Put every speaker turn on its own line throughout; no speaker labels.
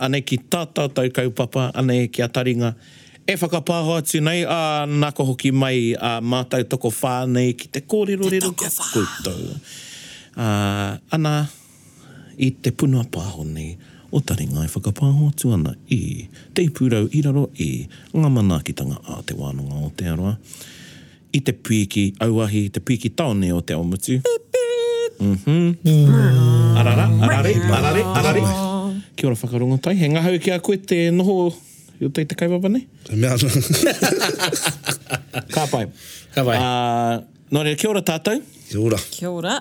anei ki tā tātou kaupapa, anei ki a taringa. E whakapāho atu nei, a nāko hoki mai a mātou toko whānei ki te kōrero rero kia koutou. Uh, ana, i te punua pāho nei, o taringa e whakapāho atu ana i, te ipūrau i raro i, ngā manaakitanga a te wānanga o te aroa. I te piki auahi, te piki taone o te omutu. Arara, arare, arare, arare. Kia ora whakarongo tai. He ngahau ki a koe te noho i o tei te kaipapa nei.
Mea ana.
Ka pai.
Ka pai.
Uh, nō rea, kia ora tātou.
Kia ora.
Kia ora.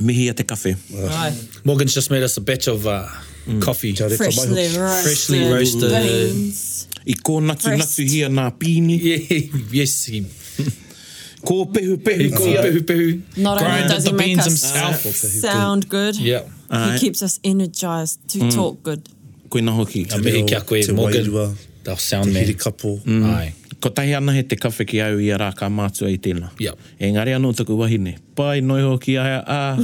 Mihi a te kafe.
Right.
Morgan's just made us a batch of uh, coffee.
Kia reka
Freshly
maiho.
roasted.
Freshly roasted.
Beans.
I kō natu
Pressed.
natu hia nā pīni.
Yeah, yes. He,
Kō pehu pehu.
he called
kia.
pehu pehu.
Not only
grinded
does he
the
make
beans
us
himself.
sound good,
Yeah.
Aye.
he keeps us energized to
Mm.
talk good.
Koe na hoki.
A mihi Ah, kia koe,
Te
Morgan.
wairua,
They'll
te
sound
hiri
man. Mm.
kapo.
Mm.
Aye.
Ko tahi ana he te kafe ki au i a rā kā mātua i tēnā.
Yep.
Engari anō taku wahine. Pai noi ho ki a a.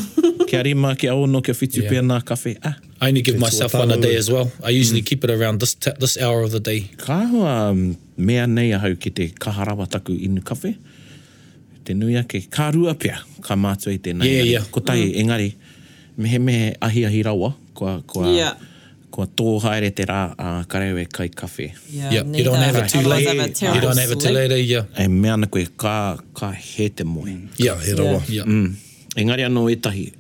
Kia rima, kia ono, kia whitu
Yeah.
pia nā kafe. Ah.
I only give
It's
myself
what
one a
I
day
would-
as well. I usually keep it around this t- this hour of the day.
Ka hoa um, mea nei ahau ki te kaharawa taku inu kawhe. Te nui ake, ka rua pia, ka mātua i tēnā.
Yeah,
engari.
yeah.
Ko tai, mm. engari, mehe mehe ahi ahi rawa, koa, koa,
Yeah.
koa tō haere te rā a karewe kai kawhe.
Yeah,
Yeah, you
neither.
don't have it too
Otherwise
late.
I have a
You
terrible
don't have it too
sleep.
late. eh? Yeah,
E mea na koe, ka, ka he te moe. Mm.
yeah,
He rawa.
yeah,
Mm. Engari anō etahi,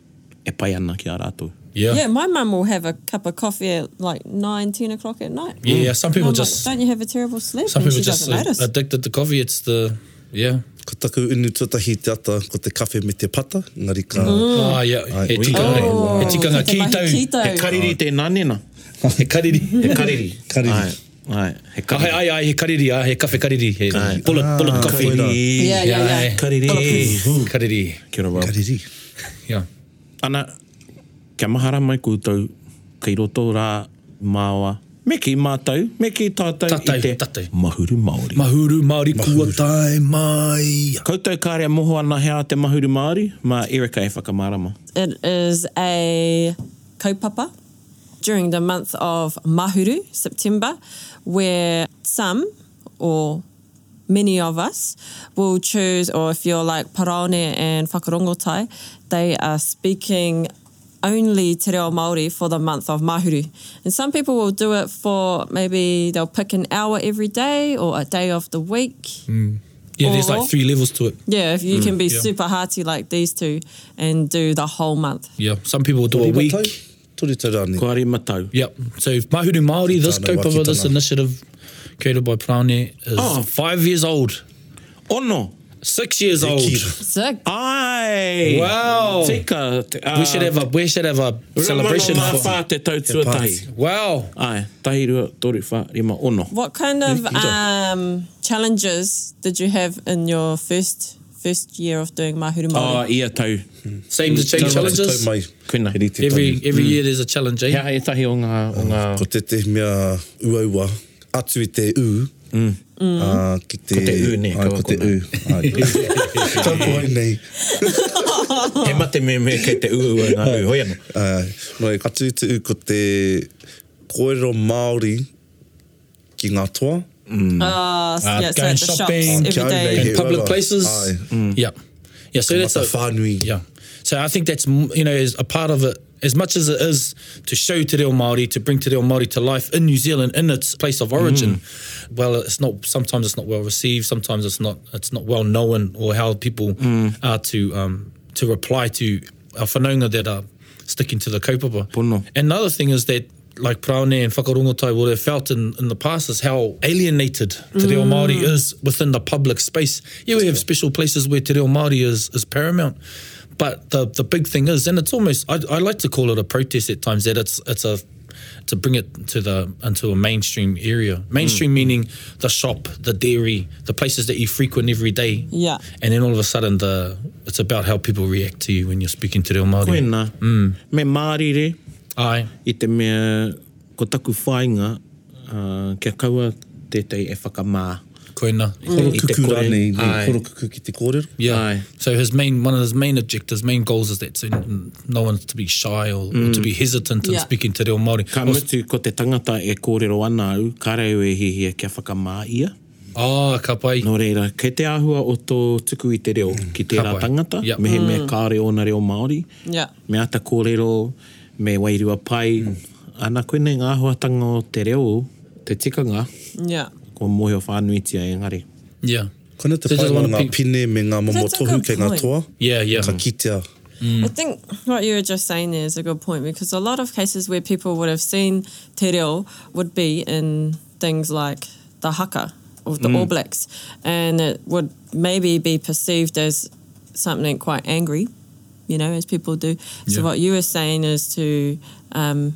e pai ana ki a rātou.
yeah.
Yeah,
yeah.
my mum will have a cup of coffee at like 9, 10 o'clock at night.
yeah. Some
I'm
people
like,
just
don't you have a terrible sleep?
some
and
people
she
just
doesn't notice.
addicted to coffee. It's the yeah.
Ko taku inu tatahi te ata, ko te kafe me te pata, ngari ka...
Ah, yeah. He
oi.
tikanga,
Mm. Oh,
he tikanga
te mahi
ki tau.
He
Kito.
kariri te nanena.
He kariri.
He kariri.
Kariri.
Ai, ai, he
Ah, Ai,
kariri.
ai, ai, he kariri, ah, he kafe kariri. He
Ai.
bullet, bullet coffee.
koira.
Yeah, yeah,
Yeah,
yeah.
eh?
Kariri.
Kariri.
Kia ora, Rob.
Kariri.
Yeah.
Ana, kia mahara mai koutou, kei roto rā māua, me ki mātou, me ki tātou,
Tātou,
i te
tātou.
mahuru Māori. Ma
Mahuru Māori kua tai mai.
koutou kāre moho ana hea te mahuru Māori, mā Erika e whakamarama.
It is a kaupapa during the month of Mahuru, September, where some or many of us will choose, or if you're like Paraone and Whakarongotai, they are speaking only Te Reo Māori for the month of Mahuru. And some people will do it for maybe they'll pick an hour every day or a day of the week.
Yeah, there's
Or-
like three levels to it.
Yeah, if you can be
yeah.
super hearty like these two and do the whole month.
Yeah, some people do a
Riwa
week.
tau, Tori tau rāne.
Kua re matau.
Yep. So Mahuru Māori, this
Tāna
kaupapa, this
wakitanga.
initiative created by Prane is
Oh.
five years old,
Ono!
six years old.
Kira.
Sick.
Ai!
Wow.
Tika! Te, uh,
We should have a we should have a celebration
Rama
for.
wā te tautua
Te
tahi.
pāti.
Wow.
Ai, tahi rua, tori wha, rima ono.
What kind of um, challenges did you have in your first first year of doing Mahuru
Ah,
Māori?
ia tau.
Same to change
Tau
challenges.
mai.
Kuina.
Heri te
Every
tangi.
every year there's a challenge. Eh?
Hea e tahi o ngā, o ngā,
Ko te te mea uaua, atu i te u. Ah, ki te,
Mm. Ko te u ne,
Ai,
kaua
ko te
kona.
u. Ai. Tau koe nei.
he mate me me kei te ua ua ngā ua, hoi anō.
Ai, Eh, Noi, atu i te u ko te koero Māori ki ngā toa.
Uh, yeah, so
Oh, going
at the
shopping,
shops every
Kia ora
day.
nei, he
in public
ora.
places. Mm.
Ai.
Yeah, yeah. So
Ka
that's a
mata whānui.
Yeah, so I think that's m- you know is a part of it. As much as it is to show Te Reo Māori, to bring Te Reo Māori to life in New Zealand in its place of origin, well, it's not. Sometimes it's not well received. Sometimes it's not. It's not well known or how people are to um, to reply to our whanaunga that are sticking to the kaupapa.
Pono.
Another thing is that like Praone and Whakarongotai would have felt in, in the past is how alienated Te Reo Māori is within the public space. Yeah, we have special places where Te Reo Māori is, is paramount. But the, the big thing is, and it's almost, I, I like to call it a protest at times, that it's it's a to bring it to the into a mainstream area. Mainstream meaning the shop, the dairy, the places that you frequent every day.
Yeah.
And then all of a sudden, the it's about how people react to you when you're speaking to Reo Māori.
Koena, mm. me Māori re,
Ai.
i te mea, ko taku whāinga, uh, kia kaua tētei e whakamā.
Koena.
Koro
I te
kuku
kore.
rani, nei
Ai.
koro kuku ki te kōrero.
Yeah.
Aye.
So his main one of his main objectives, main goals is that so n- no one's to be shy or, or to be hesitant in
Yeah.
speaking to Reo Māori.
Ka mutu ko te tangata e kōrero ana au, ka reo e hihia kia whakamā ia.
Ah, ka pai.
Nō reira, kei te āhua o tō tuku i te reo, ki tērā
Ka pai.
tangata,
Yep.
mehe mea kā reo na reo Māori,
Yeah.
me ata kōrero, me wairua pai, ana koene ngā āhuatanga o te reo, te tikanga,
Yeah.
ko mohe o whānuitia e engari.
Yeah.
Kona te
So just
whainga
wanna Mm.
ngā
pe-
pine me ngā momo
That's a
tohu
good
kei ngā
point.
toa.
Yeah, yeah.
Ka kitea.
Mm.
I think what you were just saying there is a good point because a lot of cases where people would have seen te reo would be in things like the haka of the
Mm.
All Blacks, and it would maybe be perceived as something quite angry, you know, as people do. So
Yeah.
what you were saying is to um,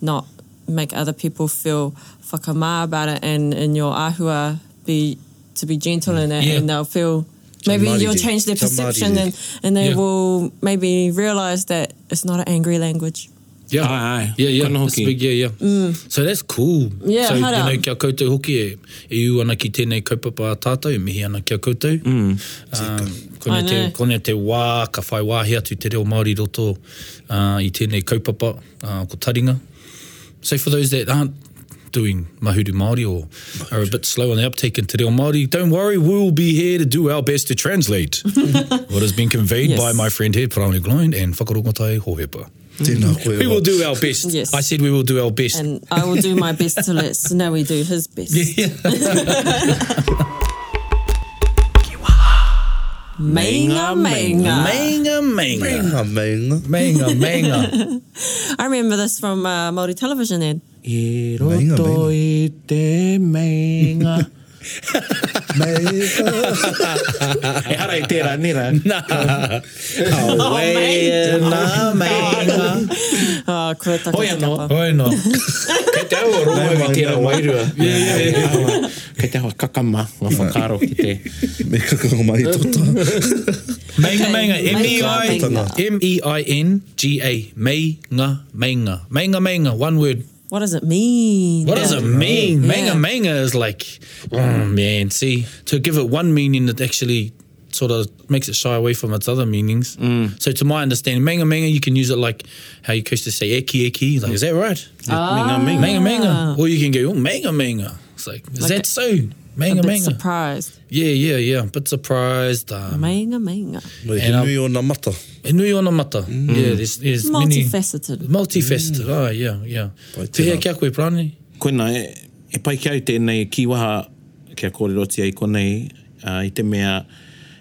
not make other people feel whakamā about it, and in your ahua be to be gentle in it,
Yeah.
and they'll feel. Maybe
Mardi
you'll
Day.
change their
It's a
perception
Mardi Day.
and, and they
Yeah.
will maybe realize that it's not an angry language.
Yeah.
Ai, ai.
Yeah, yeah.
Kona
That's
hoki.
big, yeah, yeah. So that's cool.
Mm. Yeah,
so,
hara.
you know, kia koutou hoki e, e iu ana ki tēnei kaupapa a tātou, e mihi ana kia koutou. Mm. Um,
I
kone,
know.
te, kone te wā, ka whai wāhi atu te reo Māori roto uh, i tēnei kaupapa uh, ko taringa. So for those that aren't doing mahuru Māori or are a bit slow on the uptake in te reo Māori, don't worry, we'll be here to do our best to translate what has been conveyed
Yes.
by my friend here, Parani Gloin, and Whakarongotai Hohepa.
Tēnā koe.
Mm. We
wā.
will do our best.
Yes.
I said we will do our best.
And I will do my best to let Snowy do his best. Mainga, mainga.
Manga, manga.
Ngā mainga.
Manga, manga.
I remember this from uh, Māori television then.
I
Mainga,
E roto i te meinga. e hara i tērā nera.
Away nā manga.
Oh, kua taka
Hoi anō.
kapa.
Oi no.
Kei te au rongo i tērā wairua.
Yeah, yeah,
yeah. Kei te au kakama, ngā whakaro ki te...
Me kakanga mai tōta.
Manga,
Okay,
manga.
mainga,
M-E-I.
mainga.
M-E-I-N-G-A. Manga, manga. Manga, manga. One word.
What does it mean?
What does it mean? Manga,
Yeah.
manga is like, oh man, see, to give it one meaning that actually sort of makes it shy away from its other meanings. So to my understanding, manga, manga, you can use it like how you coach to say eki, eki. Like, is that right?
Ah.
Minga, minga.
Manga manga. Or you can go, oh, manga manga. It's like, is
Like
that
a-
so?
A
Manga
bit
manga.
surprised.
yeah, yeah, yeah. But surprised. Um,
Mainga, mainga.
Me
And I'm-
hinui o nā mata.
e nui ona mata. Yeah, there's, there's many.
Multifaceted. Mm.
Multifaceted. Ah, yeah, yeah.
Pai
Te hea
tērā.
kia koe prane.
Koina, e, e pai kia au tēnei kiwaha kia kōreroti ai konei uh, i te mea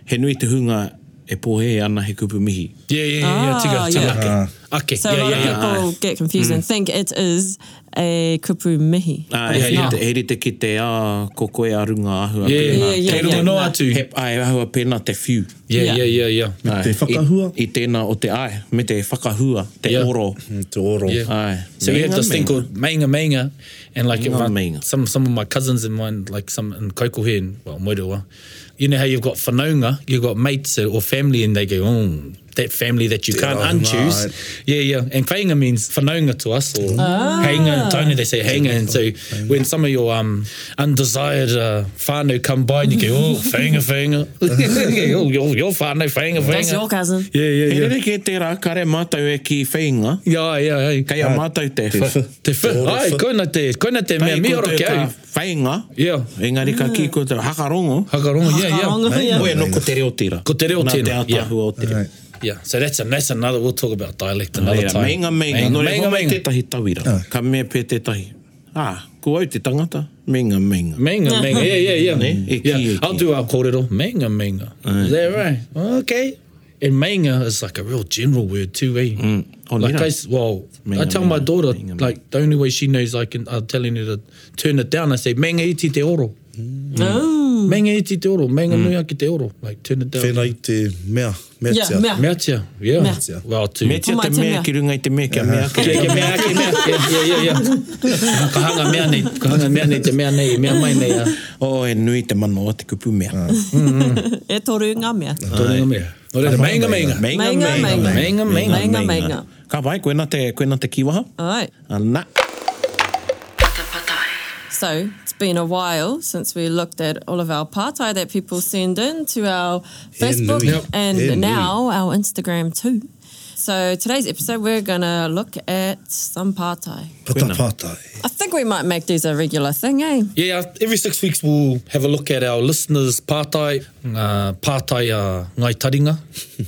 he nui te hunga e pōhe ana he kupu mihi.
Yeah, yeah, yeah. yeah.
Ah,
Tika, tika.
yeah.
Ake.
So a
yeah,
lot
yeah, Mm. yeah.
of people get confused and think it is a kupu mihi.
Uh,
Ah,
yeah,
Yeah, yeah.
yeah. He rite ki te a ko koe a runga ahua
Yeah,
pēnā.
yeah,
yeah,
Te
yeah.
rongo noa atu.
He, ai ahua pēnā te whiu.
Yeah,
Yeah.
yeah, yeah, yeah.
Ai,
te whakahua.
I, I tēnā o te ai, me te whakahua, te
Yeah.
yeah. oro.
Mm, Te oro.
Yeah.
Aye.
So we have
Mainga,
this thing
mainga.
called mainga mainga, and like if
Mainga,
I-
mainga.
some some of my cousins in mine, like some in Kokohe and well Moirua, you know how you've got whanaunga, you've got mates or family, and they go, oh, that family that you can't
Yeah,
unchoose.
right.
Yeah, yeah. And whainga means whanaunga to us, or hainga and taone, they say hainga. And so when some of your um, undesired uh, whānau come by, and you go, oh, whainga, whainga. oh, your, your whānau, whainga, whainga.
That's your cousin.
Yeah, yeah,
He
yeah.
rere ki tērā kare mātau e ki whainga,
Yeah, yeah, yeah.
kei a mātau te wha.
Ah, Te whi,
ora
ai,
whi.
koina te, koina te mea,
Pei
mi
ko
ora
te
ke
ka
au.
Whainga,
Yeah.
engari ka ki ko te hakarongo,
Hakarongo, yeah, yeah.
Hakarongo, yeah.
Koe no ko te reo tira.
Ko te reo tira,
Nā te
yeah.
atahu o te reo.
Right.
Yeah, so that's, a, that's another, we'll talk about dialect another
Reira,
time.
Mainga, mainga.
Mainga,
Nō reo
mainga.
mai
Mainga,
tētahi tauira. Ka mea pē tētahi. Ah, ko au te tangata, mainga, mainga.
mainga, mainga. yeah, yeah, yeah.
Ne? E ki,
yeah.
e Mm.
I'll
ki.
do our kōrero, mainga, mainga. Is that right? Okay. And mainga is like a real general word too, eh?
Oh,
like
nina.
I, s- well, I
Mainga,
tell my
mainga,
daughter,
mainga, mainga.
like the only way she knows I can, I'm telling her to turn it down, I say, mainga iti te oro.
Oh.
Mm. Menga iti te oro, menga mm. nui ki te oro. Like, turn it down.
Whenai te mea, mea
Yeah,
tia.
mea.
Mea tia, yeah.
Mea.
tia.
Well, too.
Me tia
Ko mai
te
te
mea
mea.
ki runga i te mea kia mea
Kia,
kia.
kia mea, kia mea, kia, yeah, yeah, yeah. Ka hanga mea nei, ka hanga mea nei, te mea nei, mea mai nei. ah.
O e nui te mana o te kupu mea.
E toru ngā mea.
Tōrenga mea. No reira, meinga, meinga.
Meinga, meinga.
Meinga, meinga.
Meinga, meinga.
Ka pai, koe nā te, koe nā te kiwaha.
All right.
Ana.
So it's been a while since we looked at all of our partai that people send in to our Facebook
Yep.
and
Yeah,
now our Instagram too. So today's episode, we're going to look at some partai.
Pata pata.
I think we might make these a regular thing, eh?
Yeah, every six weeks we'll have a look at our listeners' partai, uh, partai uh, ngai taringa.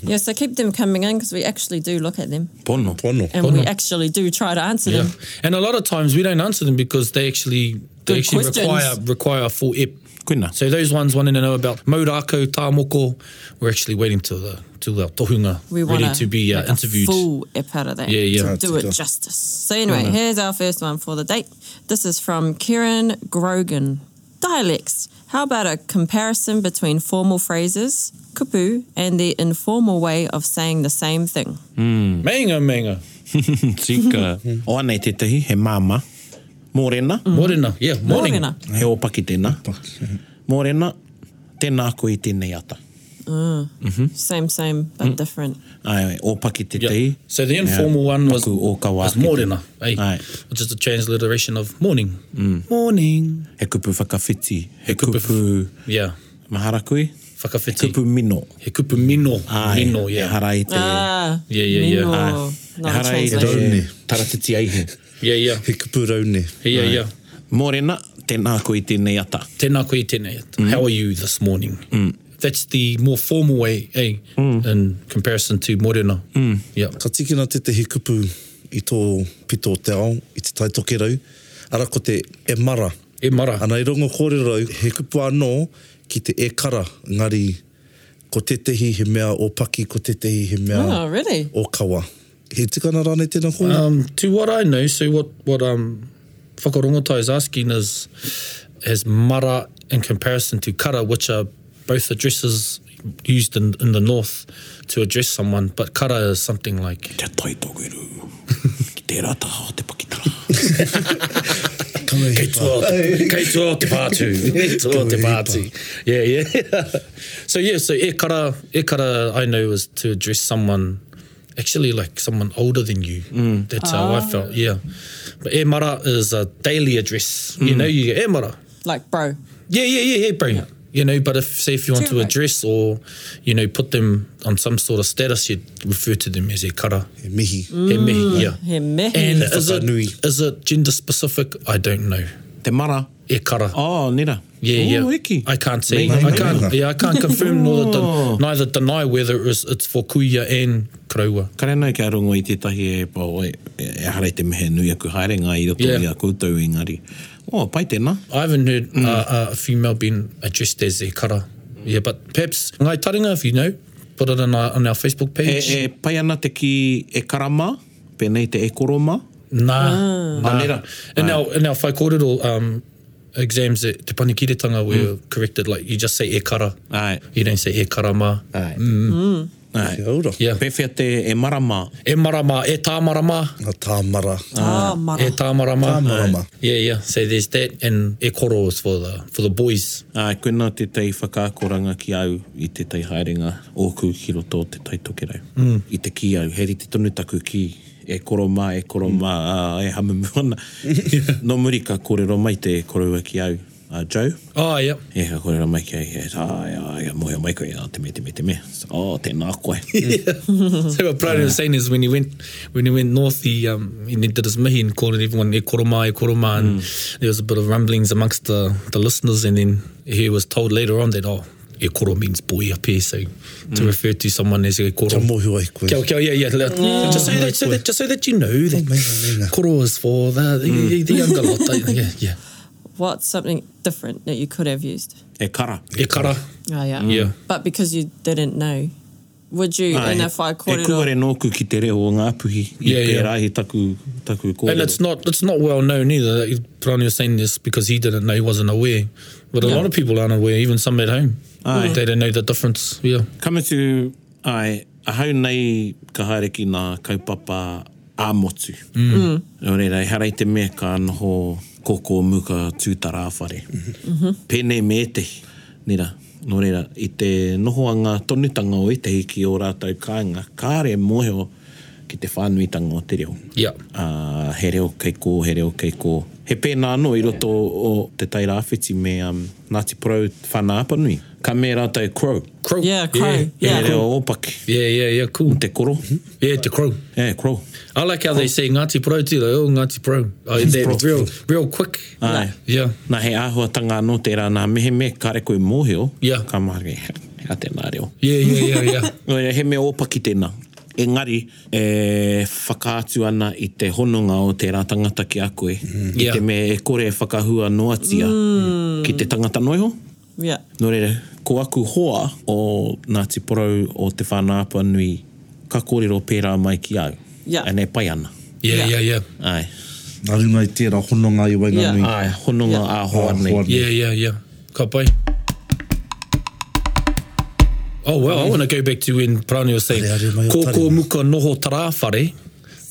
Yeah, so keep them coming in because we actually do look at them
Pono.
Pono.
and we actually do try to answer
Yeah.
them.
And a lot of times we don't answer them because they actually they
Good
actually
questions.
require require a full ep.
Koe nā.
So those ones wanting to know about Maurako, Tāmoko, we're actually waiting till the till our tohunga
We want
ready to be uh,
make
interviewed.
A full ep out of that.
Yeah, yeah.
To
Right,
do it
okay.
justice. So anyway, here's our first one for the date. This is from Kieran Grogan. Dialects. How about a comparison between formal phrases, kupu, and the informal way of saying the same thing?
Mainga, mainga.
Tika. O anei te tehi, he māma. Morena.
Morena, yeah, morning.
Morena.
He o paki tēnā. Morena, tēnā koe i tēnei ata.
Hmm?
Same, same, but different.
Ai, o paki te
Yeah.
tei.
So the informal one was,
Paku o kawa
was
ki te-
morena, eh?
Ai.
which is the transliteration of morning.
Mm.
Morning.
He kupu whakawhiti. He
kupu-
kupu
Yeah.
maharakui. He
Whakawhiti.
kupu mino.
He kupu mino.
Ai,
mino,
e
yeah.
hara i te...
Ah,
Yeah, yeah, yeah.
mino.
Ai, e
Another
hara i te
translation.
Rauni.
taratiti ai he.
Yeah, yeah.
He kupu raune.
Yeah, yeah.
Morena, tēnā koe i tēnei ata.
Tēnā koe i tēnei.
Mm.
How are you this morning? That's the more formal way, eh,
Mm.
in comparison to morena. Yeah.
Ka tikina te te he kupu i tō pito te ao, i te taitoke rau. Ara ko te e mara.
E mara.
Ana i rongo kore rau, he kupu anō ki te e kara. Ngari, ko tetehi he mea o paki, ko tetehi he mea
Ah.
Oh, really?
o kawa. He tikana rāne tēnā kōrero.
Um, to what I know, so what what um, Whakarongotai is asking is is mara in comparison to kara, which are both addresses used in, in the north to address someone, but kara is something like
Te tai togeru. Ki te rata o te pakitara.
Ah, kei toa te- kei toa te pātū, kei toa te pātū. Yeah, yeah. so yeah, so e kara, e kara I know is to address someone actually like someone older than you. That's how I felt, yeah. But e mara is a daily address. You know, you go, e mara.
Like, bro.
Yeah, yeah, yeah, yeah, bro. You know, but if say if you want
Too
to
right.
address or you know put them on some sort of status, you would refer to them as e kara,
He mihi.
e mihi, yeah.
Mm, He mihi.
And is it,
Whakanui.
is it gender specific? I don't know.
Te mara.
E kara.
Oh, nira.
Yeah,
oh,
yeah.
Iki.
I can't say.
Nei,
I
nei,
can't.
nei.
Yeah, I can't confirm nor
Oh.
den, neither deny whether it was, it's for kuia and kraua.
Kare nau kia rongo i tētahi e pō, e, e hara i te mehe nui aku haerenga i roto
Yeah.
i a koutou engari. Oh, pai tēnā.
I haven't heard uh, uh, a female being addressed as e kara. Yeah, but perhaps ngai taringa if you know, put it on our, on our Facebook
E,
page.
e pai ana te ki e karama, penei te e koroma.
Nā,
Ah.
nā.
Anera.
In our in our whaikorero um, exams at Te Panikiretanga, we were corrected like you just say e kara.
Ai.
You don't say e karama.
Ai. Mm. Ai.
Kia ora.
Yeah.
Pewhia te e marama.
E marama, e tāmarama.
Ngā tāmara.
Ah, mara.
E tāmarama.
Tāmarama.
Yeah, yeah. So there's that, and e koro is for the for the boys.
Ai, koena te tei whakākoranga ki au i te tei haerenga ōku ki roto o te tei tokerau. Mm. I te ki au, heri te tonu taku ki e koroma, e koroma, mm. a, e hamamuana. no muri ka kōrero mai te korua ki au. A Joe,
Oh, yeah.
e ka kōrero mai ki au, e ai, ai, a moe mai koe, a te me, te me, te me. So, oh, tēnā koe.
So what Brian was saying is when he went when he went north, he um he did his mihi and called everyone e koroma, e koroma, and there was a bit of rumblings amongst the the listeners, and then he was told later on that oh. E koro means boy up here, so to refer to someone as e koro.
Kia mōhio ai koe.
Kia, kia, yeah, yeah. le- Just, so that, so that, just so that you know that
Meinga, meinga.
koro is for the, the, the, the younger lot. Yeah, yeah.
What's something different that you could have used?
E kara.
E kara.
Oh, yeah.
Yeah. Ah,
But because you didn't know, would you in a whai
E kuare
kōrero?
nōku ki te reo o ngā puhi i
Yeah,
te
yeah.
rahi taku, taku kōrero.
And it's not it's not well known either. Like, Rani was saying this because he didn't know, he wasn't aware. But a lot of people aren't aware, even some at home.
Aye.
They don't know the difference. Yeah.
Kamitū, ai, ahau nei ka haereki nā kaupapa āmotu. Mm. Mm. Reira, harai te mea ka noho koko muka tūtara āwhare. Mm -hmm. Pēnei me etehi. Nira, nō reira, i te noho a ngā tonutanga o etehi ki o rātou kāinga, kāre mōheo ki te whānuitanga o te reo.
Yeah.
Uh, he reo kei kō, he reo kei kō. He pēnā anō i roto o te taira awhiti me um, Ngāti Porou whanāpanui. Ka me rātou Crow.
Crow.
Yeah, crow.
Yeah. E
Yeah.
reo opaki.
Yeah, yeah, yeah, cool.
Te koro.
Yeah, the crow.
E, koro.
I like how they say Ngati Pro too. Like, oh, Ngati Pro. Oh, they're
Pro.
real, real quick.
Ai.
Yeah.
Nā he āhuatanga anō te rā nā mehe me kare koe mōheo.
Yeah.
Ka mahere, hea tēnā reo.
Yeah, yeah, yeah, yeah.
Oia, he mea opaki tēnā. Engari, e, whakaatu ana i te hononga o tērā tangata ki a koe. Mm. I
Yeah.
te mea e kore e whakahua noatia mm. ki te tangata noiho.
Yeah.
Nō reira, ko aku hoa o Ngāti Porou o te whanāpa nui ka kōrero pērā mai ki au.
Yeah.
Anei pai ana.
Yeah, yeah, yeah.
Ai.
Nārunga i tērā hononga i wainga
Yeah.
nui.
Ai, hononga
Yeah.
yeah. āhoa nei.
Āhoa
Yeah, yeah, yeah. Ka pai. Oh, well, I want to go back to when Prani was saying,
Are, are, mai o
kōkō
tari.
muka noho tarāwhare.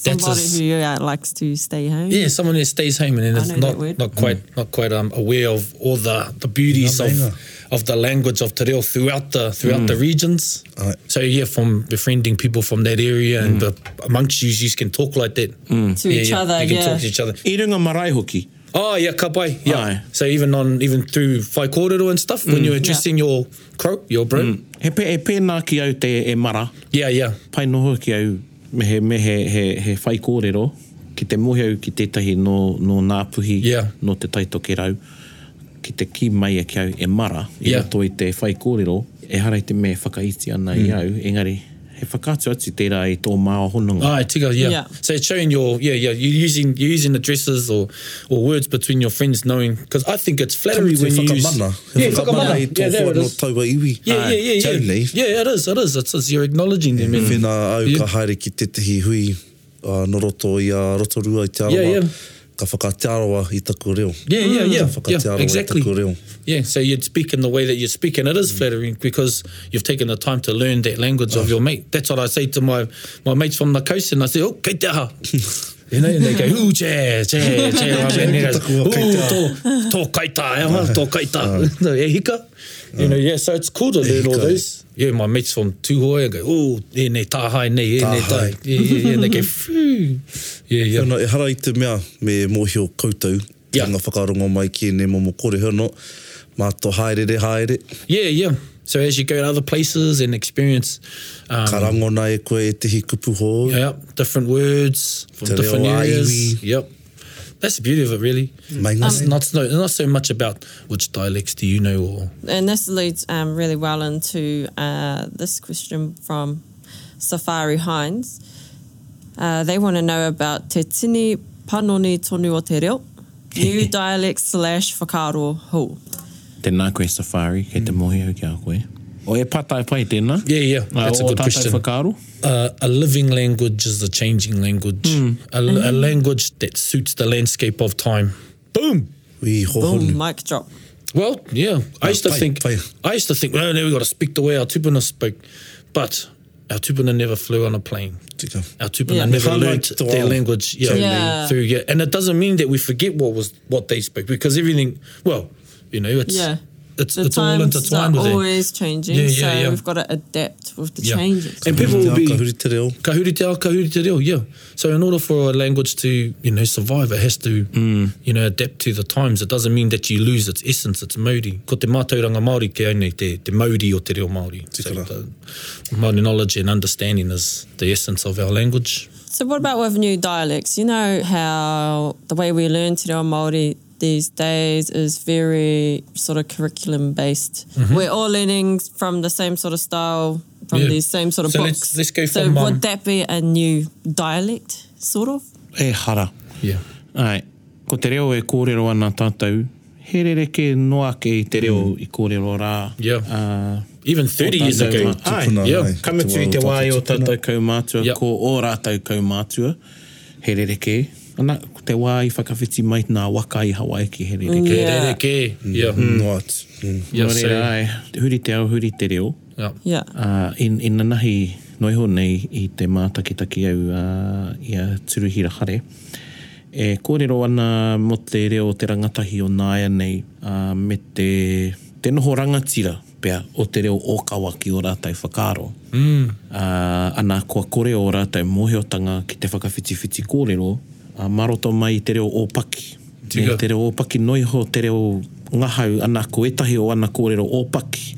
That's
Somebody
a,
who uh, likes to stay home.
yeah, someone who stays home and then
I
is
know
not,
that word.
not quite, not quite um, aware of all the, the beauties
Ngā
of,
mainga.
of the language of Te Reo throughout the, throughout the regions.
Ai.
So, yeah, from befriending people from that area and the, amongst you, you can talk like that.
To each other,
You can
yeah.
talk to each other.
I runga marae hoki.
Oh yeah, kapai. Yeah.
Aye.
So even on even through whai kōrero and stuff, when you're introducing your crow, your bro.
He, pe, e pēnā ki au te e mara.
Yeah, yeah.
Pai noho ki au me he, me he, he, he whai kōrero. Ki te mohe au ki tētahi no, no Ngāpuhi,
Yeah.
no te taitoke rau. Ki te ki mai e ki au e mara. I
Yeah.
roto i te whai kōrero. E harai te me whakaiti ana mm. i au. Engari, he whakatu atu tērā i tō māo hononga.
Aye, tika, yeah.
Yeah.
So it's showing your yeah, yeah, you're using you're using addresses or or words between your friends knowing because I think it's flattery
Te
when you use
whakamana.
Yeah,
He whakamana i
whakamana. Yeah,
tō
there
whua
it
no
is.
taua iwi.
Yeah, yeah, yeah,
Tau
yeah.
nei.
Yeah, it is, it is. It's, it's you're acknowledging them and
Whena au
Yeah.
ka haere ki tetehi hui uh, no roto i a rotorua i te arawa.
Yeah, yeah.
Ka whakatearoa i taku reo.
Yeah, yeah, yeah. yeah
Whakatearoa i
exactly.
taku reo.
Yeah, so you'd speak in the way that you speak, and it is flattering because you've taken the time to learn that language of your mate. That's what I say to my, my mates from the coast, and I say, oh, kei te aha. You know, and they go, ooh, che, che, che. my man, he goes,
Taku o kei te
ooh,
aha."
tō, tō kaita, e aha, tō kaita. No, e hika. You know, yeah, so it's cool to learn all
hika.
those. Yeah, my mates from Tuhoi, I go, oh, e nei tāhai, nei, e nei
Tāhai.
tāhai. Yeah, yeah, yeah, and they go, phew. Yeah, yeah.
Whena e hara i te mea me mōhio koutou.
Yeah.
Tanga whakarongo mai ki ne momo kore hono. Mā tō haerere haere.
Yeah, yeah. So as you go to other places and experience um,
Ka rangona e koe e tehi kupu hō.
yeah, different words from
Te reo
different areas.
aiwi.
Yep. That's the beauty of it, really.
Mai ngā
It's not, so, not so much about which dialects do you know or.
And this leads um, really well into uh, this question from Safari Hines. Uh, they want to know about Te Tini Panoni Tonu o Te Reo, new dialect slash whakaro hou.
Tēnā koe safari, he te mohe au ki a koe. O e patai pai tēnā?
Mm. Yeah, yeah.
Ai,
That's a
o
good
tātou
question.
Whakaro?
Uh, a living language is a changing language, a, a language that suits the landscape of time. Boom.
ui
Boom,
hohonu.
mic drop.
Well, yeah. I used to
pai-
think.
pai.
I used to think. Well, now we got to speak the way our tupuna spoke, but our tupuna never flew on a plane.
Tika.
Our tupuna
Yeah.
Never
never learnt
learnt
their
Tawao.
language. Yeah,
Yeah.
Through, yeah. And it doesn't mean that we forget what was what they spoke because everything. Well, you know, it's
Yeah.
it's
The
it's all
times are
intertwined with it.
always changing,
eh? Yeah, yeah,
so
yeah.
we've got to adapt with the
Yeah.
changes.
And people will
Ka
be
huri te reo.
kahuri te ao, kahuri te reo. Yeah. So in order for a language to you know survive, it has to you know adapt to the times. It doesn't mean that you lose its essence, its maori. Ko te mātauranga Maori ke aunei te te maori o te reo Maori. So
Tikara.
the Maori knowledge and understanding is the essence of our language.
So what about with new dialects? You know how the way we learn Te Reo Māori these days is very sort of curriculum based. We're all learning from the same sort of style, from
Mm-hmm. Yeah.
these same sort of
So
books.
let's- let's go
so
from,
would
um,
that be a new dialect, sort of?
E hara.
Yeah.
Ai, ko te reo e kōrero ana tātou, herereke noa ke i te reo mm. i kōrero rā.
Yeah.
Uh,
Even 30 years
tātou
ago.
ma- Ai,
Tupuna,
yeah.
ai.
Kamutu i te
Tupuna,
wāi o
tupuna.
tātou kaumātua,
Yep.
yep. ko ō rātou kaumātua, herereke. Ana, te wāi whakawhiti mai nā waka i Hawaii ki herereke.
Yeah.
Yeah. Yeah. Yeah. Mm.
No atu. Mm.
Yeah.
Nō reira
So,
ai, huri te au, huri te reo.
yeah.
Yeah.
Uh, in, in nanahi noiho nei i te mātakitaki au uh, i a Turuhira Hare. E kōrero ana mō te reo te rangatahi o nāia nei uh, me te, te noho rangatira pea o te reo ōkawa ki o rātai whakaro. Mm. Uh, ana kua kore o rātai mōheotanga ki te whakawhitiwhiti kōrero, uh, maroto mai i te reo ōpaki.
Tika.
Me te reo ōpaki noiho, te reo ngahau ana koetahi o ana kōrero ōpaki.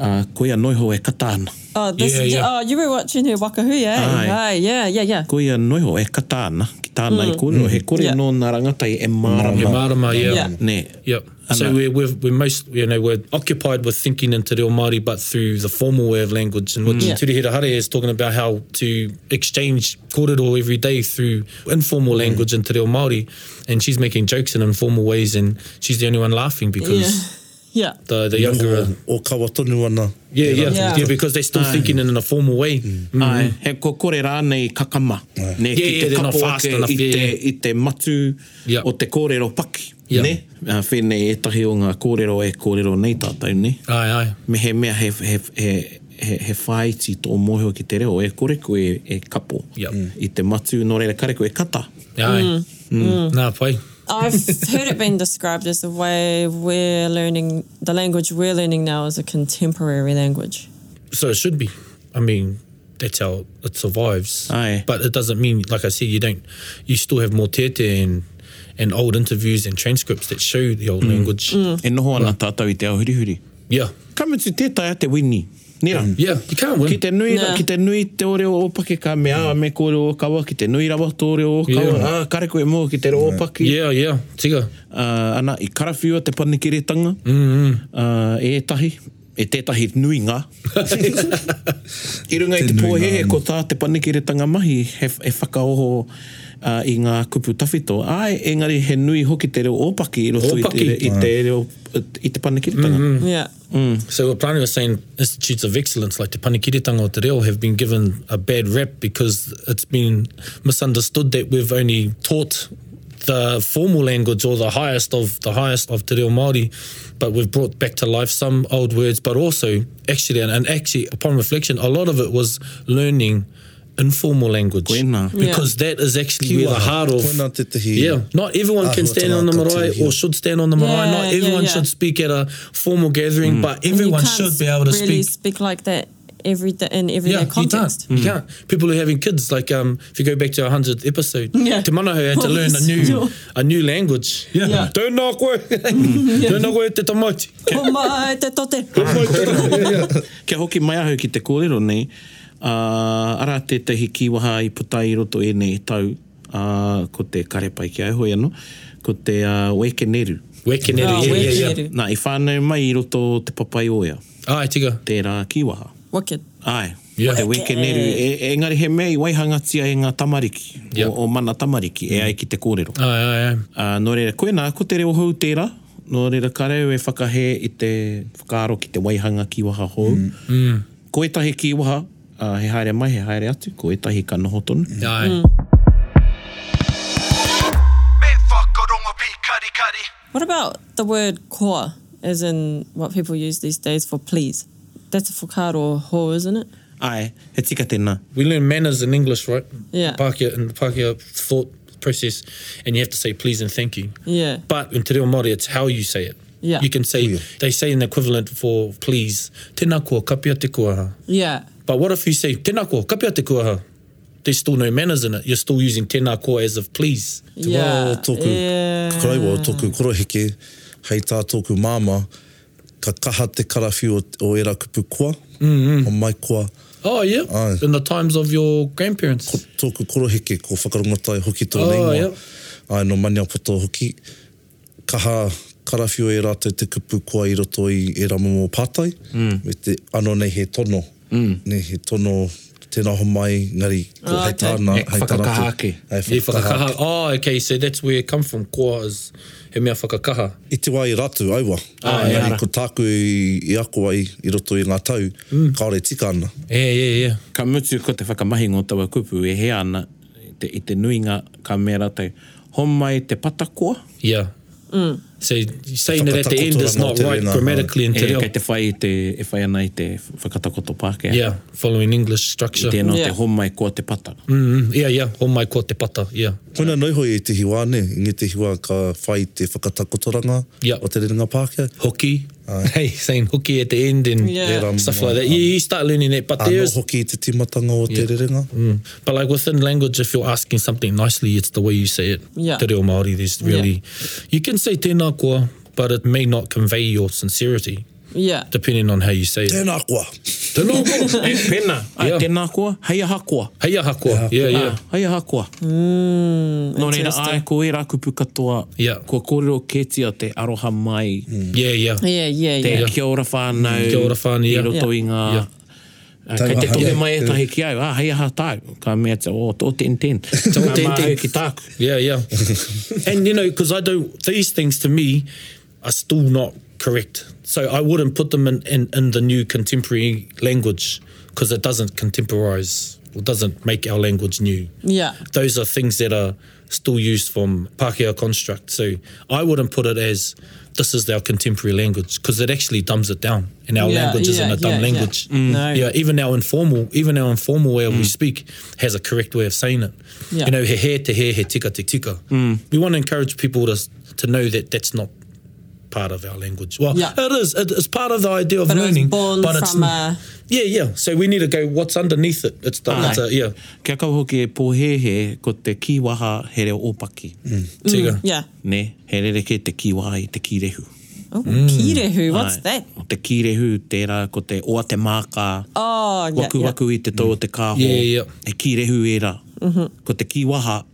Uh, koia noiho e kata ana.
Oh, this,
Yeah, yeah.
oh, you were watching her wakahu, eh?
Aye.
Aye, yeah, yeah, yeah.
Koia noiho e kata ana ki tāna mm. i kōrero. Mm. He kore
Yeah.
yeah. nō nā rangatai e mārama.
Yeah. Marama, yeah.
Yeah.
Ne,
Yep. So
Ana.
we're, we're we're most you know we're occupied with thinking in Te Reo Māori, but through the formal way of language, and what
Yeah.
mm. Turihira Hare is talking about how to exchange kōrero every day through informal language in Te Reo Māori, and she's making jokes in informal ways, and she's the only one laughing because
Yeah.
the the younger are-
O, o kawa tonu ana.
yeah yeah
Yeah.
yeah, because they're still thinking in a formal way. Mm.
Ai, he ko kore rā nei kakama. Ne,
Yeah, yeah,
ki te
they're not
kapo
fast
ake
enough,
i te,
yeah,
i te matu
Yeah.
o te kōrero paki.
Yeah.
Ne? Uh, whenei etahi o ngā kōrero e kōrero nei tātou, ne?
Aye aye.
Me he mea he, he, he, he, he whaiti tō mōhio ki te reo, e kore koe e, e kapo.
Yep. Mm.
I te matu, nō reira kare koe kata.
Aye. Mm. Nah, pai.
I've heard it being described as the way we're learning, the language we're learning now is a contemporary language.
So it should be. I mean, that's how it survives.
Aye.
But it doesn't mean, like I said, you don't. You still have more tete and and old interviews and transcripts that show the old language.
E noho ana tātou i te au hurihuri.
Yeah,
Kamutu tētai a te wini. Nira.
yeah. You can't win.
Ki te nui,
Nā.
yeah. ki te nui te oreo opake ka me awa me ko oreo kawa, ki te nui rawa tō oreo kawa,
Yeah.
yeah. ah, kare koe mō ki te reo opake.
Yeah, yeah. Tiga.
uh, ana i karawhiua te panikiretanga, mm uh, e tahi, e tētahi nui ngā. I runga i
Te
te
nui
pōhe, e
ngā,
ko tā te panikiretanga mahi, he, e whakaoho uh, i ngā kupu tawhito. Ai, engari he nui hoki te reo ōpaki i roto i te,
Ōpaki.
i te, reo, i te panikiretanga. Mm -hmm.
Yeah.
So what Prani was saying, institutes of excellence like Te Panikiritanga o Te Reo have been given a bad rep because it's been misunderstood that we've only taught the formal language or the highest of the highest of Te Reo Māori, but we've brought back to life some old words, but also actually and, and actually upon reflection, a lot of it was learning informal language
Koina.
Yeah.
because that is actually where the
Kiwa.
heart of
Koina te tehi.
yeah not everyone can
Āhua
stand on the
tangata
marae
te
or
hia.
should stand on the marae
Yeah,
not
yeah,
everyone
yeah.
should speak at a formal gathering, but
And you
everyone
can't
should be able to
really
speak.
speak like that every day in everyday
Yeah, you can't. Mm.
context.
You can't. People who are having kids, like um, if you go back to our hundredth episode,
Yeah.
Te Manaho had to
What
learn a
was
new
your-
a new language. Yeah. Mm.
Yeah.
Tēnā koe. Tēnā koe te tamaiti.
Ko mai te tote.
Kia hoki mai ahau ki te kōrero nei, uh, ara te tehi kiwaha i putai i roto e nei tau, uh, ko te karepai ki ai hoi anō, ko te uh, weke neru.
Wekeneru.
Oh,
yeah, yeah, yeah.
wekeneru.
Nā, i whānau mai i roto te papai oia,
Ai, tiga.
tērā kiwaha.
Wicked.
Ai,
Yeah.
te weke neru. E, engari he mea i waihangatia e ngā tamariki,
Yeah.
o, o mana tamariki, e ai ki te kōrero.
Ai, ai, ai.
Uh, nō reira, koe nā, ko te reo hou tērā, nō reira kare e whakahe i te whakaaro ki te waihanga kiwaha hou. Mm. Ko etahi kiwaha, uh, he haere mai, he haere atu, ko etahi ka noho tonu. Mm.
Ai.
Me whakarongo pi kari kari.
What about the word koa, as in what people use these days for please? That's a whakaro or ho, isn't it?
Ai, he tika tēnā.
We learn manners in English, right?
Yeah.
Pākehā, in the Pākehā thought process, and you have to say please and thank you.
Yeah.
But in Te Reo Māori, it's how you say it.
Yeah.
You can say, they say an equivalent for please, tēnā kua, ka pia te kuaha.
Yeah.
But what if you say tēnā kua, ka pia te kuaha? There's still no manners in it. You're still using tēnā kua as of please.
Te wā o tōku,
Yeah.
kakaraiwa o tōku koroheke, hei tā tōku māma, ka kaha te karafi o, o era kupu kua, mm o mai kua,
Oh, yeah.
Aye.
In the times of your grandparents.
tōku koroheke, ko whakarongotai hoki tō
Oh,
nei wā.
yeah.
Ai no mani apoto hoki, kaha karafi o e rātou te kupu kua i roto i e ramo mō pātai, mm. me te ano nei he tono, mm. nei he tono tēnā ho mai, ngari, ko
Ah,
hei
okay.
tāna,
E
hei tāna
whakakahake.
Hei
He
whakakaha.
whakakaha. Oh, okay, so that's where it come from, koa is he mea whakakaha.
I te wai ratu, aiwa.
Ah, e
Ngari,
ara.
ko tāku i, i ako ai, i roto i ngā tau, mm. kaore tika ana.
Yeah, yeah, yeah.
Ka mutu ko te whakamahi ngō tawa kupu e he ana i te, i te nui ngā ka mea rātou. Ho mai te patakoa.
Yeah. Mm. So you're saying that at the end
Whakatakotora
is
mō
not
te
right
rena,
grammatically in
E,
te reo.
kei te whai i te, e whai ana i te whakatakoto Pākehā.
Yeah, following English
I
structure.
tēnā
Yeah.
te ho mai kua te patara.
Mm, mm, yeah, yeah. Oh my ko te pata, yeah.
Koina noihoe i te hiwa ne, i ngi te hiwa ka whai te whakatakotoranga
Yeah.
o te rerenga Pākehā.
Hoki. Hey, saying hooky at the end and
Yeah. E
rā
stuff
mua,
like that.
um,
Yeah, you start learning that. But
Anō
there's
hoki i te timatanga o te
Yeah.
rerenga.
Mm. But like within language, if you're asking something nicely, it's the way you say it.
Yeah.
Te reo Māori, there's really... You can say tēnā koa, but it may not convey your sincerity,
Yeah.
depending on how you say it.
Tēnā koa.
Tēnā koa.
E, pena, ai
Yeah.
tēnā koa, hei aha koa.
Hei aha koa. Yeah, yeah.
Ah, hei aha koa. Nō reira
Mm, interesting.
ai ko e rā kupu katoa.
Yeah.
Kua kōrero ketia te aroha mai.
Mm.
Yeah, yeah.
Yeah, yeah,
Te
yeah.
kia ora whānau.
Kia ora whānau,
I
yeah.
roto i ngā...
Yeah.
Ah, Kei te
Tau-
toke
Yeah.
mai e tahi ki au, ah, hei aha tāu. Ka mea te, o, tō ten ten. Tō
ten ten.
Ki tāku.
Yeah, yeah. and you know, because I don't, these things to me are still not correct. So I wouldn't put them in, in, in the new contemporary language because it doesn't contemporize or doesn't make our language new.
Yeah.
Those are things that are still used from Pākehā construct. So I wouldn't put it as this is our contemporary language because it actually dumbs it down and our
Yeah,
language isn't
yeah,
a dumb
yeah, yeah.
language.
Mm. No. Mm.
Yeah, even our informal, even our informal way of we speak has a correct way of saying it.
Yeah. Mm.
You know, he he te he, he tika te tika. We want to encourage people to to know that that's not part of our language. Well,
Yeah.
it is. It is part of the idea of
But it was
learning.
born
but it's
from a- Ah.
yeah, yeah. So we need to go. What's underneath it? It's the it's a, yeah.
Kia kau hoki e pōhehe ko te kiwaha he reo ōpaki.
Mm.
Tika.
Yeah.
Ne, he rereke te kiwaha i te kirehu.
Oh,
Mm.
kirehu. What's
Ai.
that?
O te kirehu, tērā ko te oa te māka,
Oh, yeah.
waku
yeah.
waku i te tau o te kāho.
Yeah, yeah.
E kirehu e rā.
Mm-hmm.
Ko te kiwaha,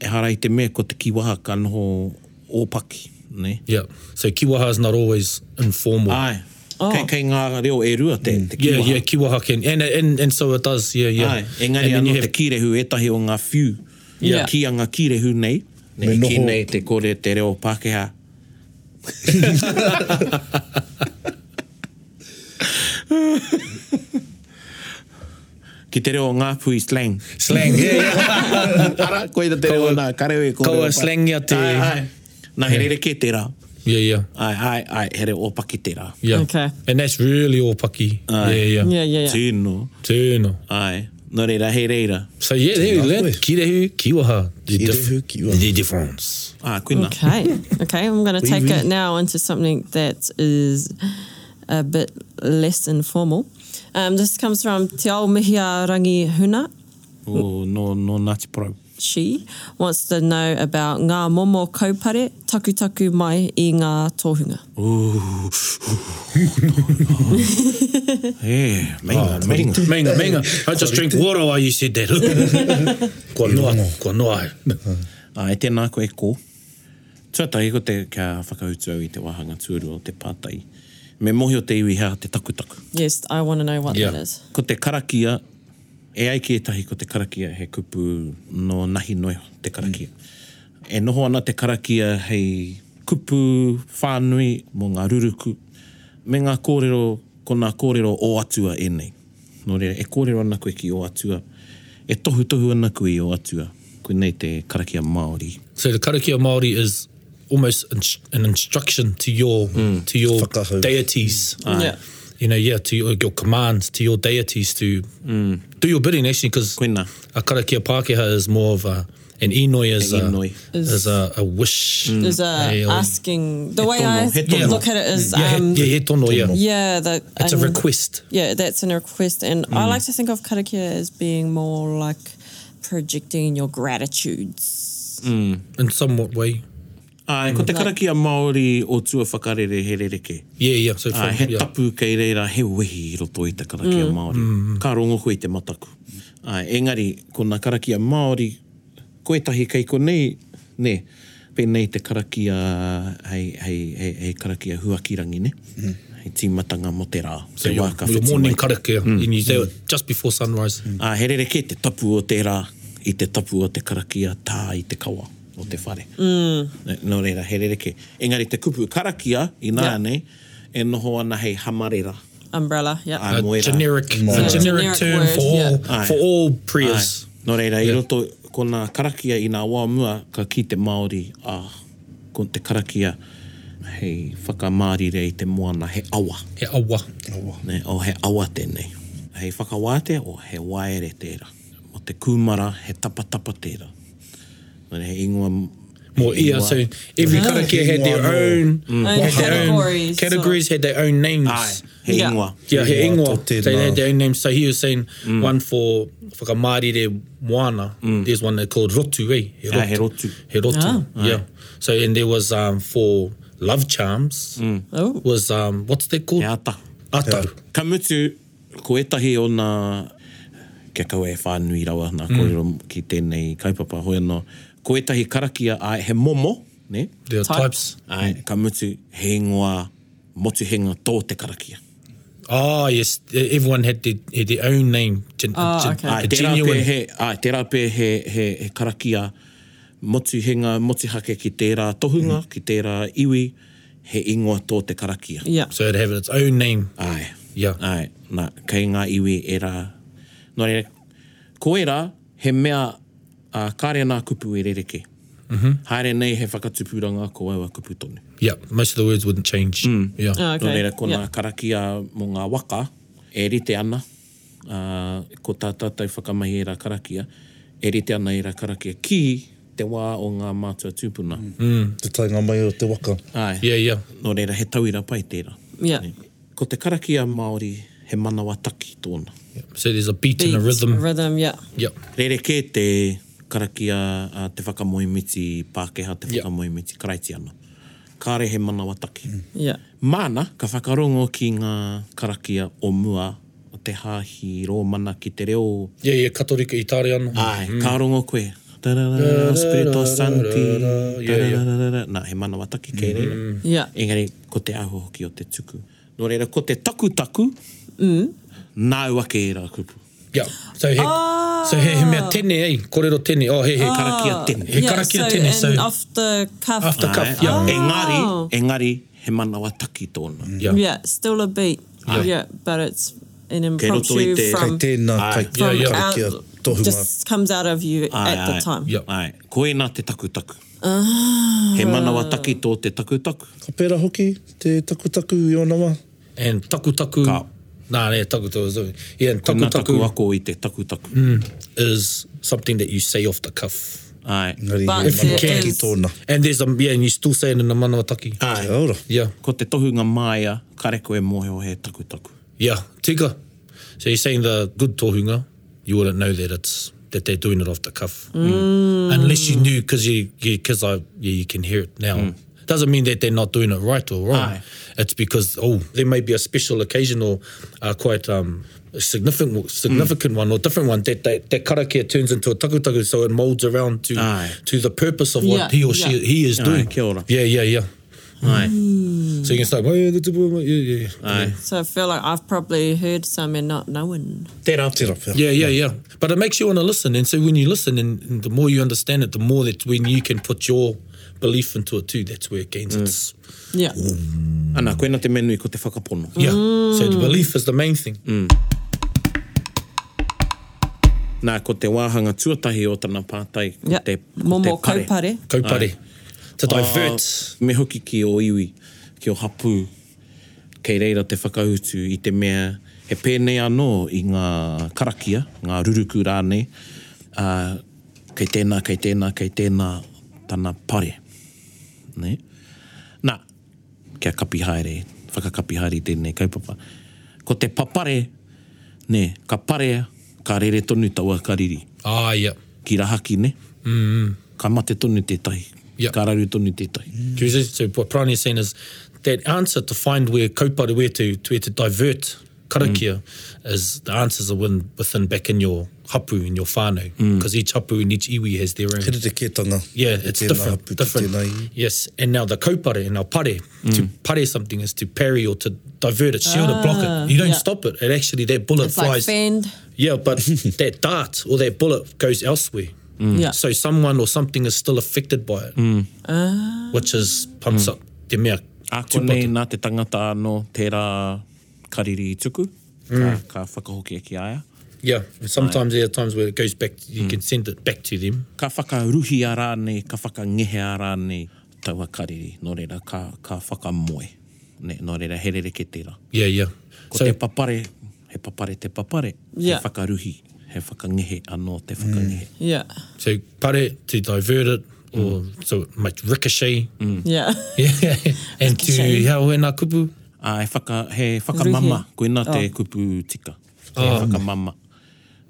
e hara i te mea ko te kiwaha ka noho ōpaki. Ne?
Yeah. So kiwaha is not always informal.
Ai,
Oh.
kei, kei ngā reo e rua te, te
yeah,
kiwaha.
yeah. Kiwaha can and and and so it does. Yeah, yeah.
Ai, engari
and then
anō
you
te
have,
E kirehu etahi o ngā whiu.
Yeah.
Yeah. Ki a ngā kirehu nei.
Me
Nei, ki
noho-
nei te kore te reo Pākehā. ki te reo ngā pui slang.
slang. Yeah, yeah.
Ara, koe te reo
Kaua-
nā kareo e kore.
kaua slangia te-
Ai, ai. Nā here reke te rā.
yeah, yeah.
Ai, ai, ai, here o paki te rā.
Yeah.
Okay.
And that's really all paki. Yeah, yeah.
Yeah, yeah, yeah.
Tēnō.
Tēnā.
Ai, nō reira, hei reira.
So yeah, there you
Lovely.
learn kirehu, kiwaha. The
Kirehu,
dif-
kiwaha.
The difference.
Ah, koe nā.
Okay. Okay. I'm going to take it now into something that is a bit less informal. Um, this comes from Te Ao Mihia Rangi Huna.
Oh, no, no Ngāti Porou.
She wants to know about ngā momo kaupare taku taku mai i ngā tohunga.
E,
Ah,
meinga, meinga.
Menga, menga. I just drink water while you said that. Kua noa, kua noa.
A, e tēnā koe kō. Tuatahi ko te kia whakautu au i te wahanga tūru o te pātai. Me mohi o te iwi hea te takutaku.
Yes, I want to know what
Yeah.
that is.
Ko te karakia, e ai ki e tahi ko te karakia he kupu no nahi noe te karakia. Mm. E noho ana te karakia hei kupu whānui mō ngā ruruku. Me ngā kōrero, ko ngā kōrero o atua e nei. Nō reira, e kōrero ana koe ki o atua. E tohu tohu ana koe i o atua. Koe nei te karakia Māori.
So the karakia Māori is almost ins- an instruction to your to your
Whakahau.
deities.
Yeah.
You know, yeah, to your, your commands, to your deities to
Mm.
do your bidding actually because
Koe nā.
a karakia Pākehā is more of a an enoi is,
An
a,
enoi. Mm.
is, a, a wish.
There's a
Hey, oi.
asking. The
He
way
tono,
I
he tono.
look at it is,
yeah,
um,
yeah, yeah, tono, yeah.
yeah, the
It's
um,
a request.
Yeah, that's a request, and I
Hmm.
like to think of karakia as being more like projecting your gratitudes.
Hmm. in somewhat way.
Ai, ko te karakia Māori o tua whakarere he rereke.
Yeah, yeah. So from,
Ai, Ah, he
yeah.
tapu kei reira he wehi i roto i te karakia mm. Māori. Ka rongo koe i te mataku. Ai, engari, ko nā karakia Māori, koe tahi kei ko nei, ne, pēnei te karakia, hei, hei, hei, hei karakia huakirangi ne. Mm. he tīmatanga mo te rā.
So
Te
your,
waka
your
whiti
morning
mai. Mm.
karakia in New Zealand, just before sunrise.
A herereke te tapu o te rā, i te tapu o te karakia, tā i te kawa o te whare. Mm. Nō reira, herereke. Engari te kupu karakia, i nā
Yeah.
nei, e noho ana hei hamarera.
Umbrella, yeah.
Ah,
A
moira.
generic, a
It's a
generic
generic
term
word,
for all,
yeah.
for
Mm. Aye.
all prayers.
Ai, Nō reira, yeah. i roto ko nā karakia i nā wā mua ka ki te Māori a ko te karakia hei whakamārire i te moana he awa.
He awa.
Ne, o he awa tēnei. Hei whakawate o he waere tērā. O te kūmara he tapatapa tērā. Nō reira, he ingoa...
More
he
yeah,
ingoa-
so every karakia had their own,
Mm.
Own
had their own
categories, so-
categories, had their own names.
Ai, he
Yeah.
ingoa.
Yeah, he
Ingoa
ingoa.
tō
They
tēnā.
had their own names. So he was saying
Mm.
one for whakamārire moana. There's one they called rotu, eh? He
Ah, he rotu.
He rotu,
Ah.
yeah. So, and there was um, for love charms,
Mm.
Oh.
was, um, what's they called?
He ata.
Ataru.
Ka mutu, ko etahi o nā kia kau e whānui rawa nā kōrero ki tēnei kaupapa hoi anō. Ko etahi karakia ai he momo, ne?
There are
Type.
types.
Ai, ka mutu he ingoa motuhenga tō te karakia.
Oh, yes. Everyone had their, had their own name. Gen,
Oh,
gen,
okay.
a
Ai, tērā pē he, ai, tērā pē he, he, he karakia motuhenga, motuhake ki tērā tohunga, mm. ki tērā iwi, he ingoa tō te karakia.
Yeah.
So it had its own name.
Ai.
Yeah.
Ai, nā, kei ngā iwi e rā. Nō reira, ko e rā, he mea uh, kāre nā kupu e rereke. Mm -hmm. Haere nei he whakatupuranga ko aua kupu tonu.
Yeah. Most of the words wouldn't change.
Mm.
Yeah.
Oh,
Okay. Nō
okay.
reira, ko
yeah.
nā karakia mō ngā waka, e rite ana, uh, ko tā tātou whakamahi e rā karakia, e rite ana e rā karakia ki te wā o ngā mātua tūpuna. Mm.
Te tainga mai o te waka.
Ai,
Yeah, yeah.
nō reira, he tauira pai tērā.
Yeah.
Ko te karakia Māori, he manawa taki tōna.
So there's a beat, and a
Beats,
rhythm.
Rhythm, yeah.
Yep.
Rereke te karakia a te whakamoemiti Pākehā, te
Yeah.
whakamoemiti Karaitiana. Kāre he mana wataki. Mm.
Yeah.
Mana, ka whakarongo ki ngā karakia o mua, o te hāhi rōmana ki te reo.
Yeah, yeah. Katorika i tāre ana.
Ai, mm. kā rongo koe. Tarara, Spirito Santi.
Yeah, yeah. Mm-hmm.
Tarara, nā, he mana wataki kei reira. Mm.
Yeah.
Engari, ko te aho hoki o te tuku. Nō reira, ko te taku taku, mm. nāua kei rā kupu.
Yeah. So he, so he, he mea tene, eh? Kōrero tene. Oh, he, he
Karakia tene.
He
yeah,
karakia
so,
tene,
and
so-
off the cuff.
Off the cuff,
Ai,
yeah.
ai.
Oh.
Engari, engari, he manawa taki tōna.
Yeah.
Ah. Yeah, still a beat.
Ah.
Yeah, but it's an
Kei roto i
impromptu
te-
Kei
from,
tēnā
Ah,
kai
from
Yeah, yeah.
out-
karakia tohunga.
just comes out of you
Ai,
at the
ai.
time. Ah.
Yeah.
Ai, ko e nā te takutaku. He manawa taki tō te takutaku.
Ka pērā hoki, te takutaku i o nawa.
And takutaku.
Ka.
Nā, ne, takutaku. is a- Yeah, and
Ko nā taku
takutaku
ako i te takutaku. Mm.
is something that you say off the cuff.
Ai.
Ngari
But
he mana
it
taki
is-
tōna. Ah.
And there's a, yeah, and you still say it in the manawataki.
Ai. Ora.
Yeah.
Ko te tohunga māia, kare koe mōheo he takutaku.
Yeah, tika. So you're saying the good tohunga, you wouldn't know that it's that they're doing it off the cuff, unless you knew because you because I yeah you can hear it now.
Mm.
Doesn't mean that they're not doing it right or wrong.
Aye.
It's because oh there may be a special occasion or uh, quite um a significant significant one or different one that that, that karakia turns into a takutaku so it molds around to
Aye.
to the purpose of what
Yeah,
he or she
yeah.
he is
Aye,
doing.
kia ora.
Yeah, yeah, yeah.
Ai.
Hmm.
So you can start. Oh, yeah, that's a- yeah, yeah, yeah.
Ai.
So I feel like I've probably heard some and not known.
Tērā.
Tērā pērā.
Yeah, yeah, yeah. But it makes you want to listen. And so when you listen, and, and the more you understand it, the more that when you can put your belief into it too, that's where it gains its.
Yeah.
Ana, koe nā te menui ko te whakapono.
Yeah. So the belief is the main thing.
Nā, ko te wāhanga tuatahi o tana pātai. Ko
Yeah.
te, ko
Momo
te pare.
kaupare.
Kaupare. To divert.
Me hoki ki o iwi, ki o hapū, kei reira te whakautu i te mea, he pēnei anō i ngā karakia, ngā ruruku rānei, uh, kei tēnā, kei tēnā, kei tēnā, tana pare. Ne? Nā, kia kapi haere, whakakapi haere i tēnei kaupapa. Ko te papare, ne, ka pare, ka rere tonu taua kariri
Ah, yeah.
ki raha ki ne. Mm. Ka mate tonu te tai.
Yeah.
Ka raru tonu te tai. Mm.
Do you see? So what Prani is saying is that answer to find where kaupare, where to, to where to divert karakia is the answers are within, within back in your hapu, in your whānau. Because each hapu and each iwi has their own.
Here te ketanga.
Yeah,
Te
it's
tēnā
different.
hapu, te
different.
tēnā Mm. iwi.
Yes, and now the kaupare and our pare. To pare something is to parry or to divert it, shield it, block it. You don't
Ah, yeah.
stop it. It actually, that bullet
It's like
flies.
fend.
yeah, but that dart or that bullet goes elsewhere.
Yeah.
Mm. So someone or something is still affected by it,
Mm.
Ah.
which is pumps up te mea.
A
tūpata.
konei nā te tangata anō tērā kariri i tuku, mm. ka, ka whakahoki ake aia.
Yeah, and sometimes there are times where it goes back, you
Mm.
can send it back to them.
Ka whakaruhi a rānei, ka whakangehe a rānei taua kariri, nō reira ka, ka whakamoe, ne, nō reira herereke tērā.
Yeah, yeah.
Ko
so,
so, te papare, he papare te papare,
Yeah.
he whakaruhi, he whakangehe anō te whakangehe. Mm.
Yeah.
so pare to divert it, or
Mm.
so it might ricochet.
Yeah.
Yeah, and to
Ricochet.
hau e nā kupu.
A, he, whaka, he whakamama,
Ruhi.
koe nā te oh. kupu tika. He oh. whakamama.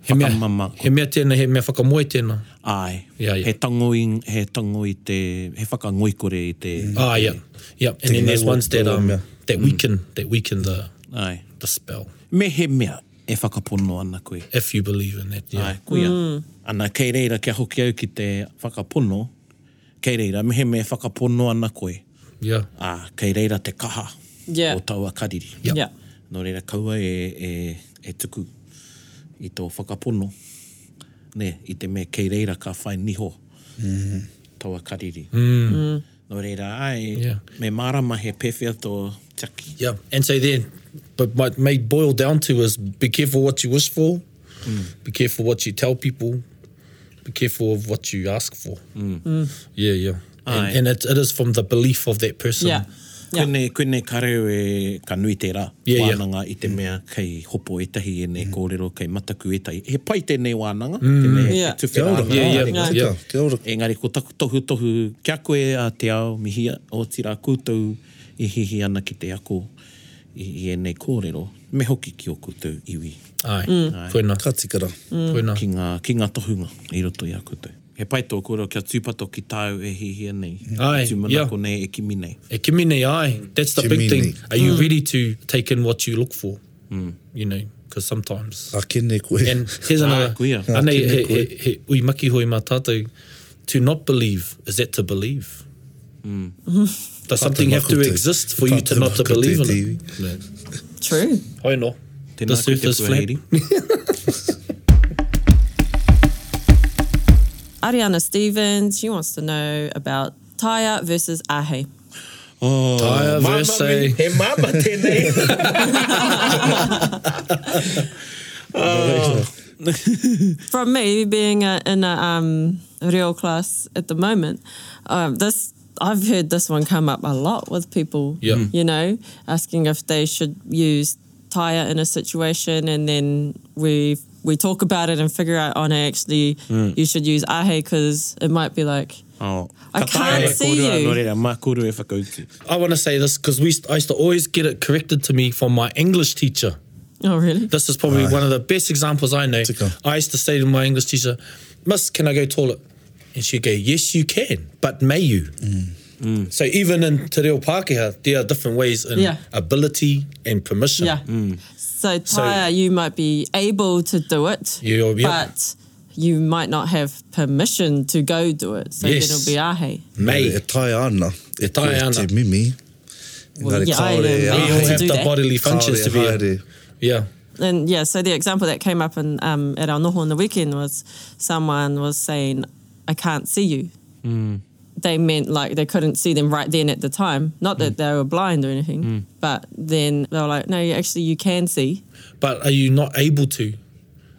He mea,
Whakamama.
he mea tēnā, he mea whakamoe tēnā.
Ai,
Ia, ia.
he tango i, he tango i te, he whakangoikore i te, mm.
Ah, yeah, yeah. And then
Tēnā
there's
wā
ones that,
tō
um,
mea.
that weaken, that weaken the,
ai.
the spell,
Me he mea, e whakapono ana koe.
if you believe in that. Yeah.
Ai, kuia. Mm. Ana, kei reira kia hoki au ki te whakapono, kei reira, me he mea e whakapono ana koe.
Yeah.
A, kei reira te kaha
Yeah.
o taua kariri.
Yeah.
Yeah.
Nō reira kaua e, e, e tuku i tō whakapono. Ne, i te mea kei reira ka whai niho mm. taua kariri. Mm. Nō reira ai,
Yeah.
me marama he pewhia tō taki.
Yeah. And so then, but what may boil down to is be careful what you wish for, mm. be careful what you tell people, be careful of what you ask for. Mm. Yeah, yeah.
Aye.
And, and it, it is from the belief of that person.
Yeah.
Yeah. Koene, koene kareo e ka nui tērā.
Yeah, Mm. yeah.
wānanga i te mea kei hopo e tahi e nei mm. kōrero, kei mataku e tahi. He pai tēnei wānanga. Mm. Tēnei
Yeah.
yeah. te
Kia
tuwhera
ora.
ana.
Yeah, yeah,
Kia ora.
yeah.
Kia ora.
Engari ko taku tohu tohu kia koe a te ao mihia o tira kūtou i hihi ana ki te ako i, i enei kōrero. Me hoki ki o kūtou iwi
Aye. Mm. Koe nā.
Ka tikara.
Koe nā.
ki ngā, ki ngā tohunga i roto i a kūtou. He pai tō kōrero kia tūpato ki tāu e hihi anei.
Ai, yeah.
Tūmanako nei e kimi nei.
E kimi nei ai, that's the big
Mm. Kimi
thing.
nei.
Are you
Mm.
ready to take in what you look for? Mm. You know, because sometimes.
A kene koe.
And here's another.
Ah, kuia.
Ah, anei,
Ah,
he,
tēnei
he, he, ui maki hoi mā tātou, to not believe, is that to believe? Mm. Does something have to
Tātou
exist for
koutou.
you to not to
Tātou
believe in
koutou
it? No.
True.
Hoi no.
Tēnā
The
koe
surface
te
is flat.
puahiri.
Ariana Stevens, she wants to know about Taya versus Ahe.
Oh,
Taia
mama
verse,
me-
eh?
He mama tēnei.
Oh. From me being a, in a um, real class at the moment, um, this I've heard this one come up a lot with people.
Yeah. Mm.
You know, asking if they should use Taya in a situation, and then we we talk about it and figure out, oh no, actually, you should use Ahe because it might be like,
Oh,
I
Ka
can't
tāua
see
kōrero
you.
Anō reira, mā kōrero e whakautu.
I want to say this because we, I used to always get it corrected to me from my English teacher.
oh really?
This is probably one of the best examples I know.
Tika.
I used to say to my English teacher, Miss, can I go toilet? And she'd go, Yes, you can, but may you?
Mm.
So even in Te Reo Pākehā, there are different ways in
Yeah.
ability and permission.
Yeah. So Taya, you might be able to do it,
You- yeah.
but you might not have permission to go do it. So
Yes.
then it'll be ahe.
May.
E tae ana. E,
E
koe
tae ana.
Te mimi.
Well, yeah, I am.
kaore e
We
We
ahi.
all
to
have
do
the
that.
bodily functions
Kaore
to be.
haere.
Yeah.
And yeah, so the example that came up in, um, at our noho on the weekend was someone was saying, "I can't see you."
Hmm.
They meant like they couldn't see them right then at the time. Not
Hmm.
that they were blind or anything, but then they were like, "No, you- actually, you can see."
But are you not able to?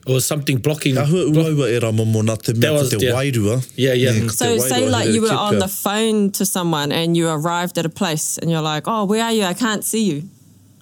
Or is something blocking?
Ka hua uaua e rā momo nā te
That
mea
was-
ko te
yeah.
wairua.
Yeah, yeah.
Mm, ko te
So say
wairua
like
here
you were
e
on
kipia.
the phone to someone and you arrived at a place and you're like, "Oh, where are you? I can't see you."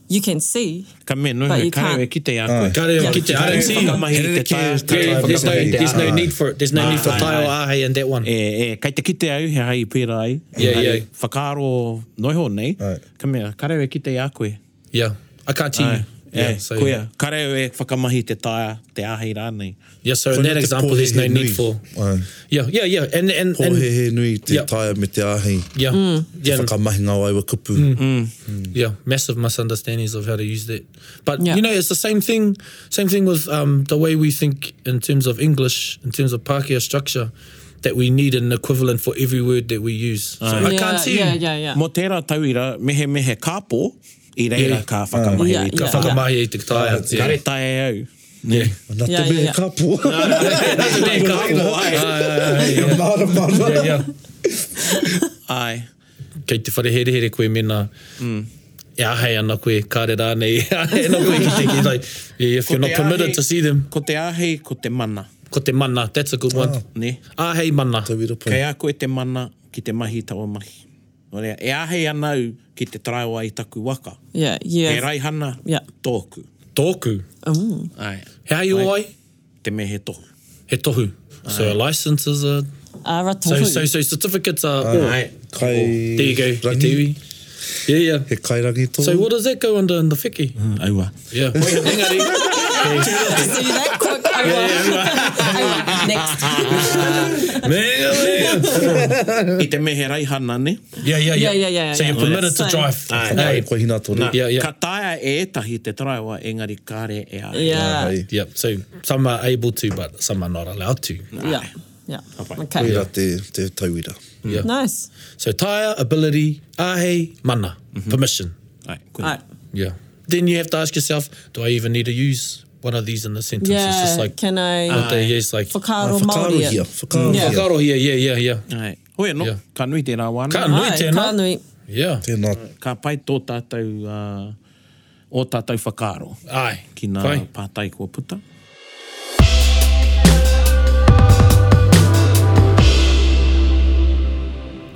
You can see.
Ka me nui
But
me
you
karau
can't.
e kite a koe.
Kareo ki te
Karau e
RNC.
whakamahi i te
Hierarchy
tāu-
is the
tāu
Yeah, there's no,
whakamahi.
there's no
Ah.
need for it. There's no need for
Aye,
tai o
aye.
ahe in that one.
Eh.
E, e, kei te kite au he hai i pērā ai.
Yeah,
Engari,
yeah.
Whakaro noiho nei.
Ai.
Ka mea, karau e kite a koe.
Yeah. I can't see
Ai.
Eh.
you. Yeah,
e,
so-
koia. Kareo e whakamahi te tāia, te āhei rānei.
Yeah, so
Ko
in
nā
that
te
example, there's no
pōhehe nui.
need for.
Ai.
Yeah, yeah, yeah. And and,
Ko
and
he he nui te
Yeah.
yep. taia me te āhei.
yeah,
Mm.
Te
yeah,
whakamahinga o aiwa kupu. Mm.
yeah. Massive misunderstandings of how to use that. But
Yeah.
you know, it's the same thing. Same thing with um, the way we think in terms of English, in terms of Pākehā structure, that we need an equivalent for every word that we use. So I
Ah. yeah,
can't see.
Yeah, yeah, yeah.
Mo tērā tauira, mehe mehe kāpō, i reira
Yeah.
ka whakamahi
Yeah,
i te
Ka
yeah.
tāia.
whakamahi i te taia. Yeah.
Ah, Kare tae au. Yeah.
Nā te
Yeah,
yeah, mehe
yeah, yeah.
yeah. kāpō.
That's a big couple. Ai, ai, ai, ai.
Māra māra.
ah, Yeah, yeah.
Ai.
kei te whareherehere koe mena mm. e ahei ana koe, kāre rānei, e ahei ana koe ki te ki tai. Yeah, if
Ko
you're not
te
permitted
āhei-
to see them,
Ko te āhei, ko te mana.
ko te mana, that's a good one.
Ne?
Ahei Ah, mana.
Tawira pai.
Kei a koe te mana ki te mahi tawa mahi. Orea, e āhei ana au ki te traoa i taku waka.
Yeah, yeah.
He raihana,
Yeah.
tōku.
Tōku.
Mm.
Ai.
Hei o ai,
Te mehe tohu.
he tohu. So a license is a...
Ara
So,
tohu.
so, so certificates are... Oh,
Ai.
Kai
there you go,
rangi.
he tiwi. Yeah, yeah.
He kairangi tō.
So what does that go under in the wheki?
Aua.
Yeah. Engari.
See that quick? Aua. Next.
I te mehe raihana, ne?
Yeah, yeah,
Yeah,
yeah.
yeah, yeah,
So you're
yeah.
permitted
Same.
to drive.
Ai.
Ai,
Hey.
ko hina tō
Nā,
rei.
Yeah, yeah.
ka taia e etahi te traoa, engari kāre e āhei.
Yeah.
Ai,
Yep. So some are able to, but some are not allowed to.
Yeah. Yeah.
Alright.
Okay.
koira te, te tauira.
Yeah.
Nice.
So tire, ability, ahe, mana, permission.
Ai,
All
koe.
right.
Yeah. Then you have to ask yourself, do I even need to use one of these in the sentence? It's
Yeah.
just like uh,
Can I?
what they use, like
Whakaro Māori.
Whakaro
it.
hia. Whakaro
Yeah.
hia.
Whakaro here, yeah, yeah, yeah.
Ai. Hoi no,
Yeah.
ka nui tērā wāna.
Ka nui
Ai,
tēnā.
Ka nui.
Yeah.
Tēnā.
Ka pai tō tātou, uh, o tātou whakaro.
Aye.
Ki nā
Pai.
pātai kua puta.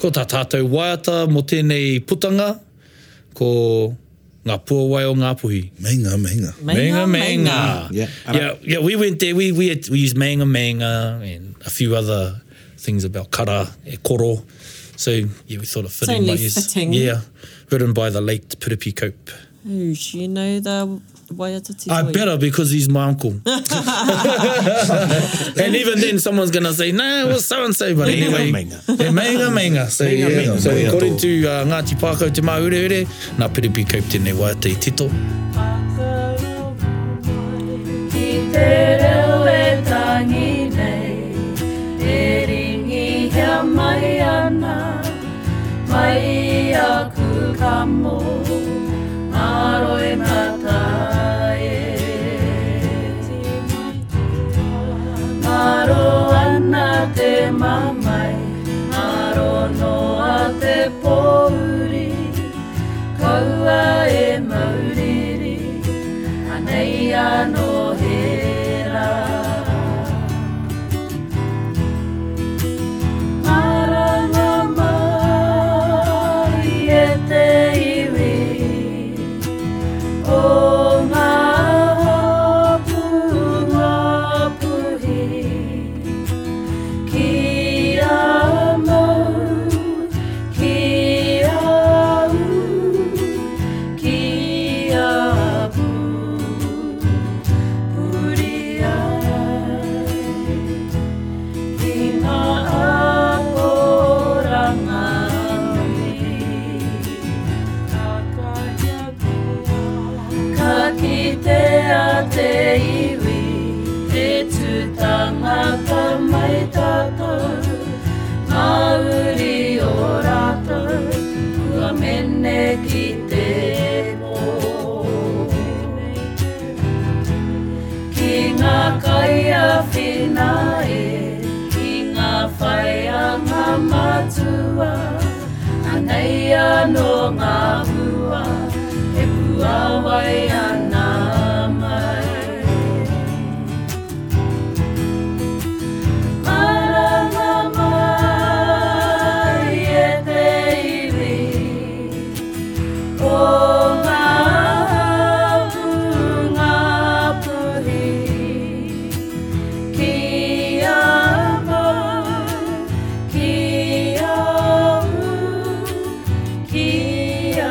Ko tā tātou waiata mo tēnei putanga, ko ngā puawai o ngā puhi.
Meinga, meinga.
Meinga, meinga.
Yeah.
yeah, yeah. We went there. We we had, we used meinga, meinga, and a few other things about kara e koro. So yeah, we thought of fitting.
only
might use-
fitting.
Yeah, written by the late Piripi Cope.
Ooh, she you know the Waiata Te
I
Toi.
better because he's my uncle. and even then, someone's gonna say, "Nah, it was so and so." But
Meinga,
anyway,
meinga.
Yeah, meinga, meinga. So,
Meinga,
yeah.
meinga.
so
Meinga
according to uh, Ngāti Pākau Te Māureure, nā Piripi Cope tēnei wā te tito.
Ki te reo e tangi nei, e ringi hea mai ana, mai aku ka mō, māroi matae. Maro ana te mamai, maro noa te pōuri, kaua e mauriri, Anei anō he rā. Maranga mai e te iwi, o ngā hapu, ngā puhi. Ki a mau, ki a u, ki a pu, puri ai. Ki ngā akoranga nui, ka kaia kua. Ka kitea te iwi, te tutanga ka mai tātou, Māuri o rātou, kua mene ki te mō. Ki ngā kaia whinae, ki ngā whaia ngā matua, anei anō ngā hua, e puawai ana mai. Maranga mai e te iwi, O ngā apu, ngā puhi, ki a mau, ki a u, ki a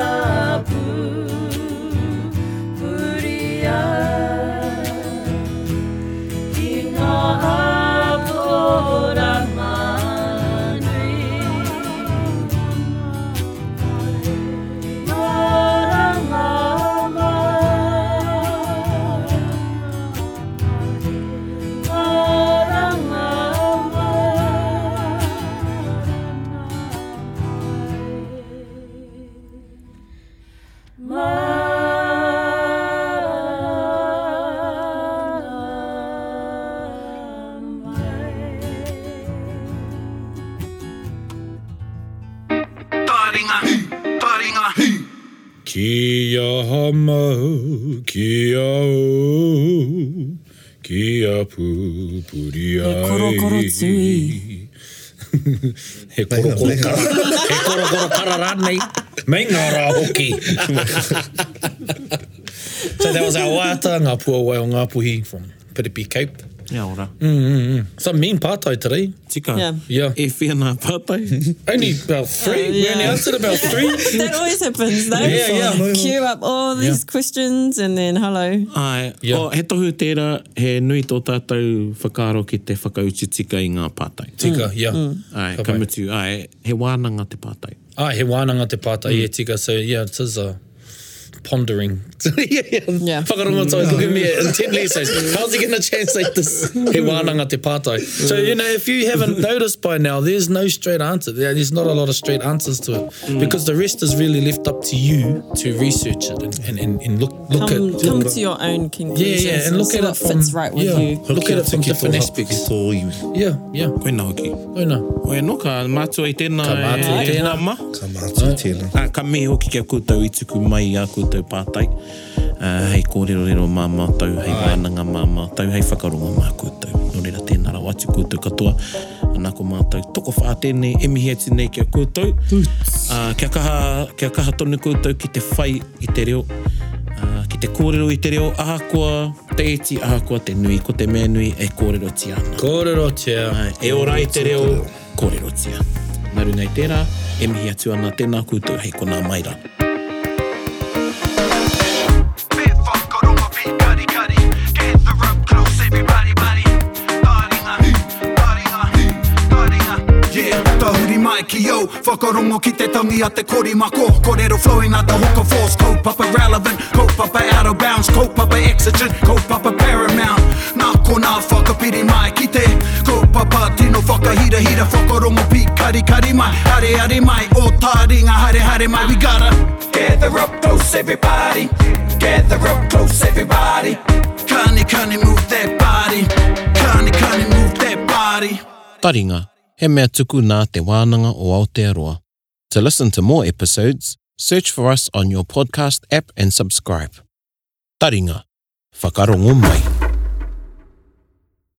Maramai.
Taringa, taringa,
Kia hamau, kia au, kia pupuri ai.
He korokoro tui.
he korokoro kara, he korokoro kara rānei. Mei ngā rā hoki. so that was our wāta, ngā pua wai o ngā puhi from Piripi Cape.
Ia ora.
Some mean pātai today.
Tika.
Yeah.
Mm. Yeah.
E whia nā pātai.
Only about three.
Uh,
We only
yeah.
answered about three.
that always happens though.
Yeah, yeah.
Queue up all these questions and then hello.
Ai,
Yeah.
o, he tohu tērā, he nui tō tātou whakaaro ki te whakauchi tika i ngā pātai.
Tika, yeah.
Mm.
Ai,
Ka pai.
ka mutu, ai, he wānanga te pātai.
Ah, he wānanga te pātai
Hmm.
mm. e tika, so yeah, it is a pondering. yeah, yeah.
Yeah.
Whakarongo tau,
Hmm.
look at me intently, so how's he going to translate this?
Hmm.
He wānanga te pātai. So, you know, if you haven't noticed by now, there's no straight answer. There- There's not a lot of straight answers to it
Hmm.
because the rest is really left up to you to research it and, and, and, and look, look
Come,
at
come to your own conclusions.
yeah, and look
see
at
what
it from-
fits right with
yeah.
you.
Look at it from different aspects.
Tō iwi.
Yeah, yeah.
Koina hoki.
Oh, no.
Oe no, ka mātua i tēnā.
Ka mātua i
e- e
tēnā.
hama.
Ka mātua tēnā.
Ah, ka me hoki kia koutou i tuku mai a koutou pātai. Uh, hei kōrero rero mā mātou, hei wānanga mā mātou, hei whakaronga mā koutou. Nō reira tēnā rau atu koutou katoa. Nā ko mātou toko wha tēnei, e mihi atu nei kia koutou. Uh, kia, kaha, kia kaha tonu koutou ki te whai i te reo. Uh, ki te kōrero i te reo, ahakoa te eti, ahakoa te nui, ko te mea nui, e kōrero ti ana.
Kōrero te ao.
Ai, E ora i te reo, kōrero tia. Naru nei tērā, e mihi atu ana tēnā koutou hei kona maira.
me whakaronga whikari kari. Gather up close everybody buddy. Taringa, taringa, taringa. Yeah, tahuri mai ki yo Whakarongo ki te tangi a te kori mako Korero flowing a te hoka force Kaupapa relevant, kaupapa out of bounds Kaupapa exigent, kaupapa paramount Nā ko nā whakapiri mai ki te Kaupapa tino whakahira hira Whakarongo pikari kari mai Hare hare mai, o taringa hare hare mai We gotta
Gather up close, everybody. Gather up close, everybody.
Kani kani move that body. Kani kani move that body.
Taringa, he mea tuku nā te wānanga o Aotearoa. To listen to more episodes, search for us on your podcast app and subscribe. Taringa, whakarongo mai.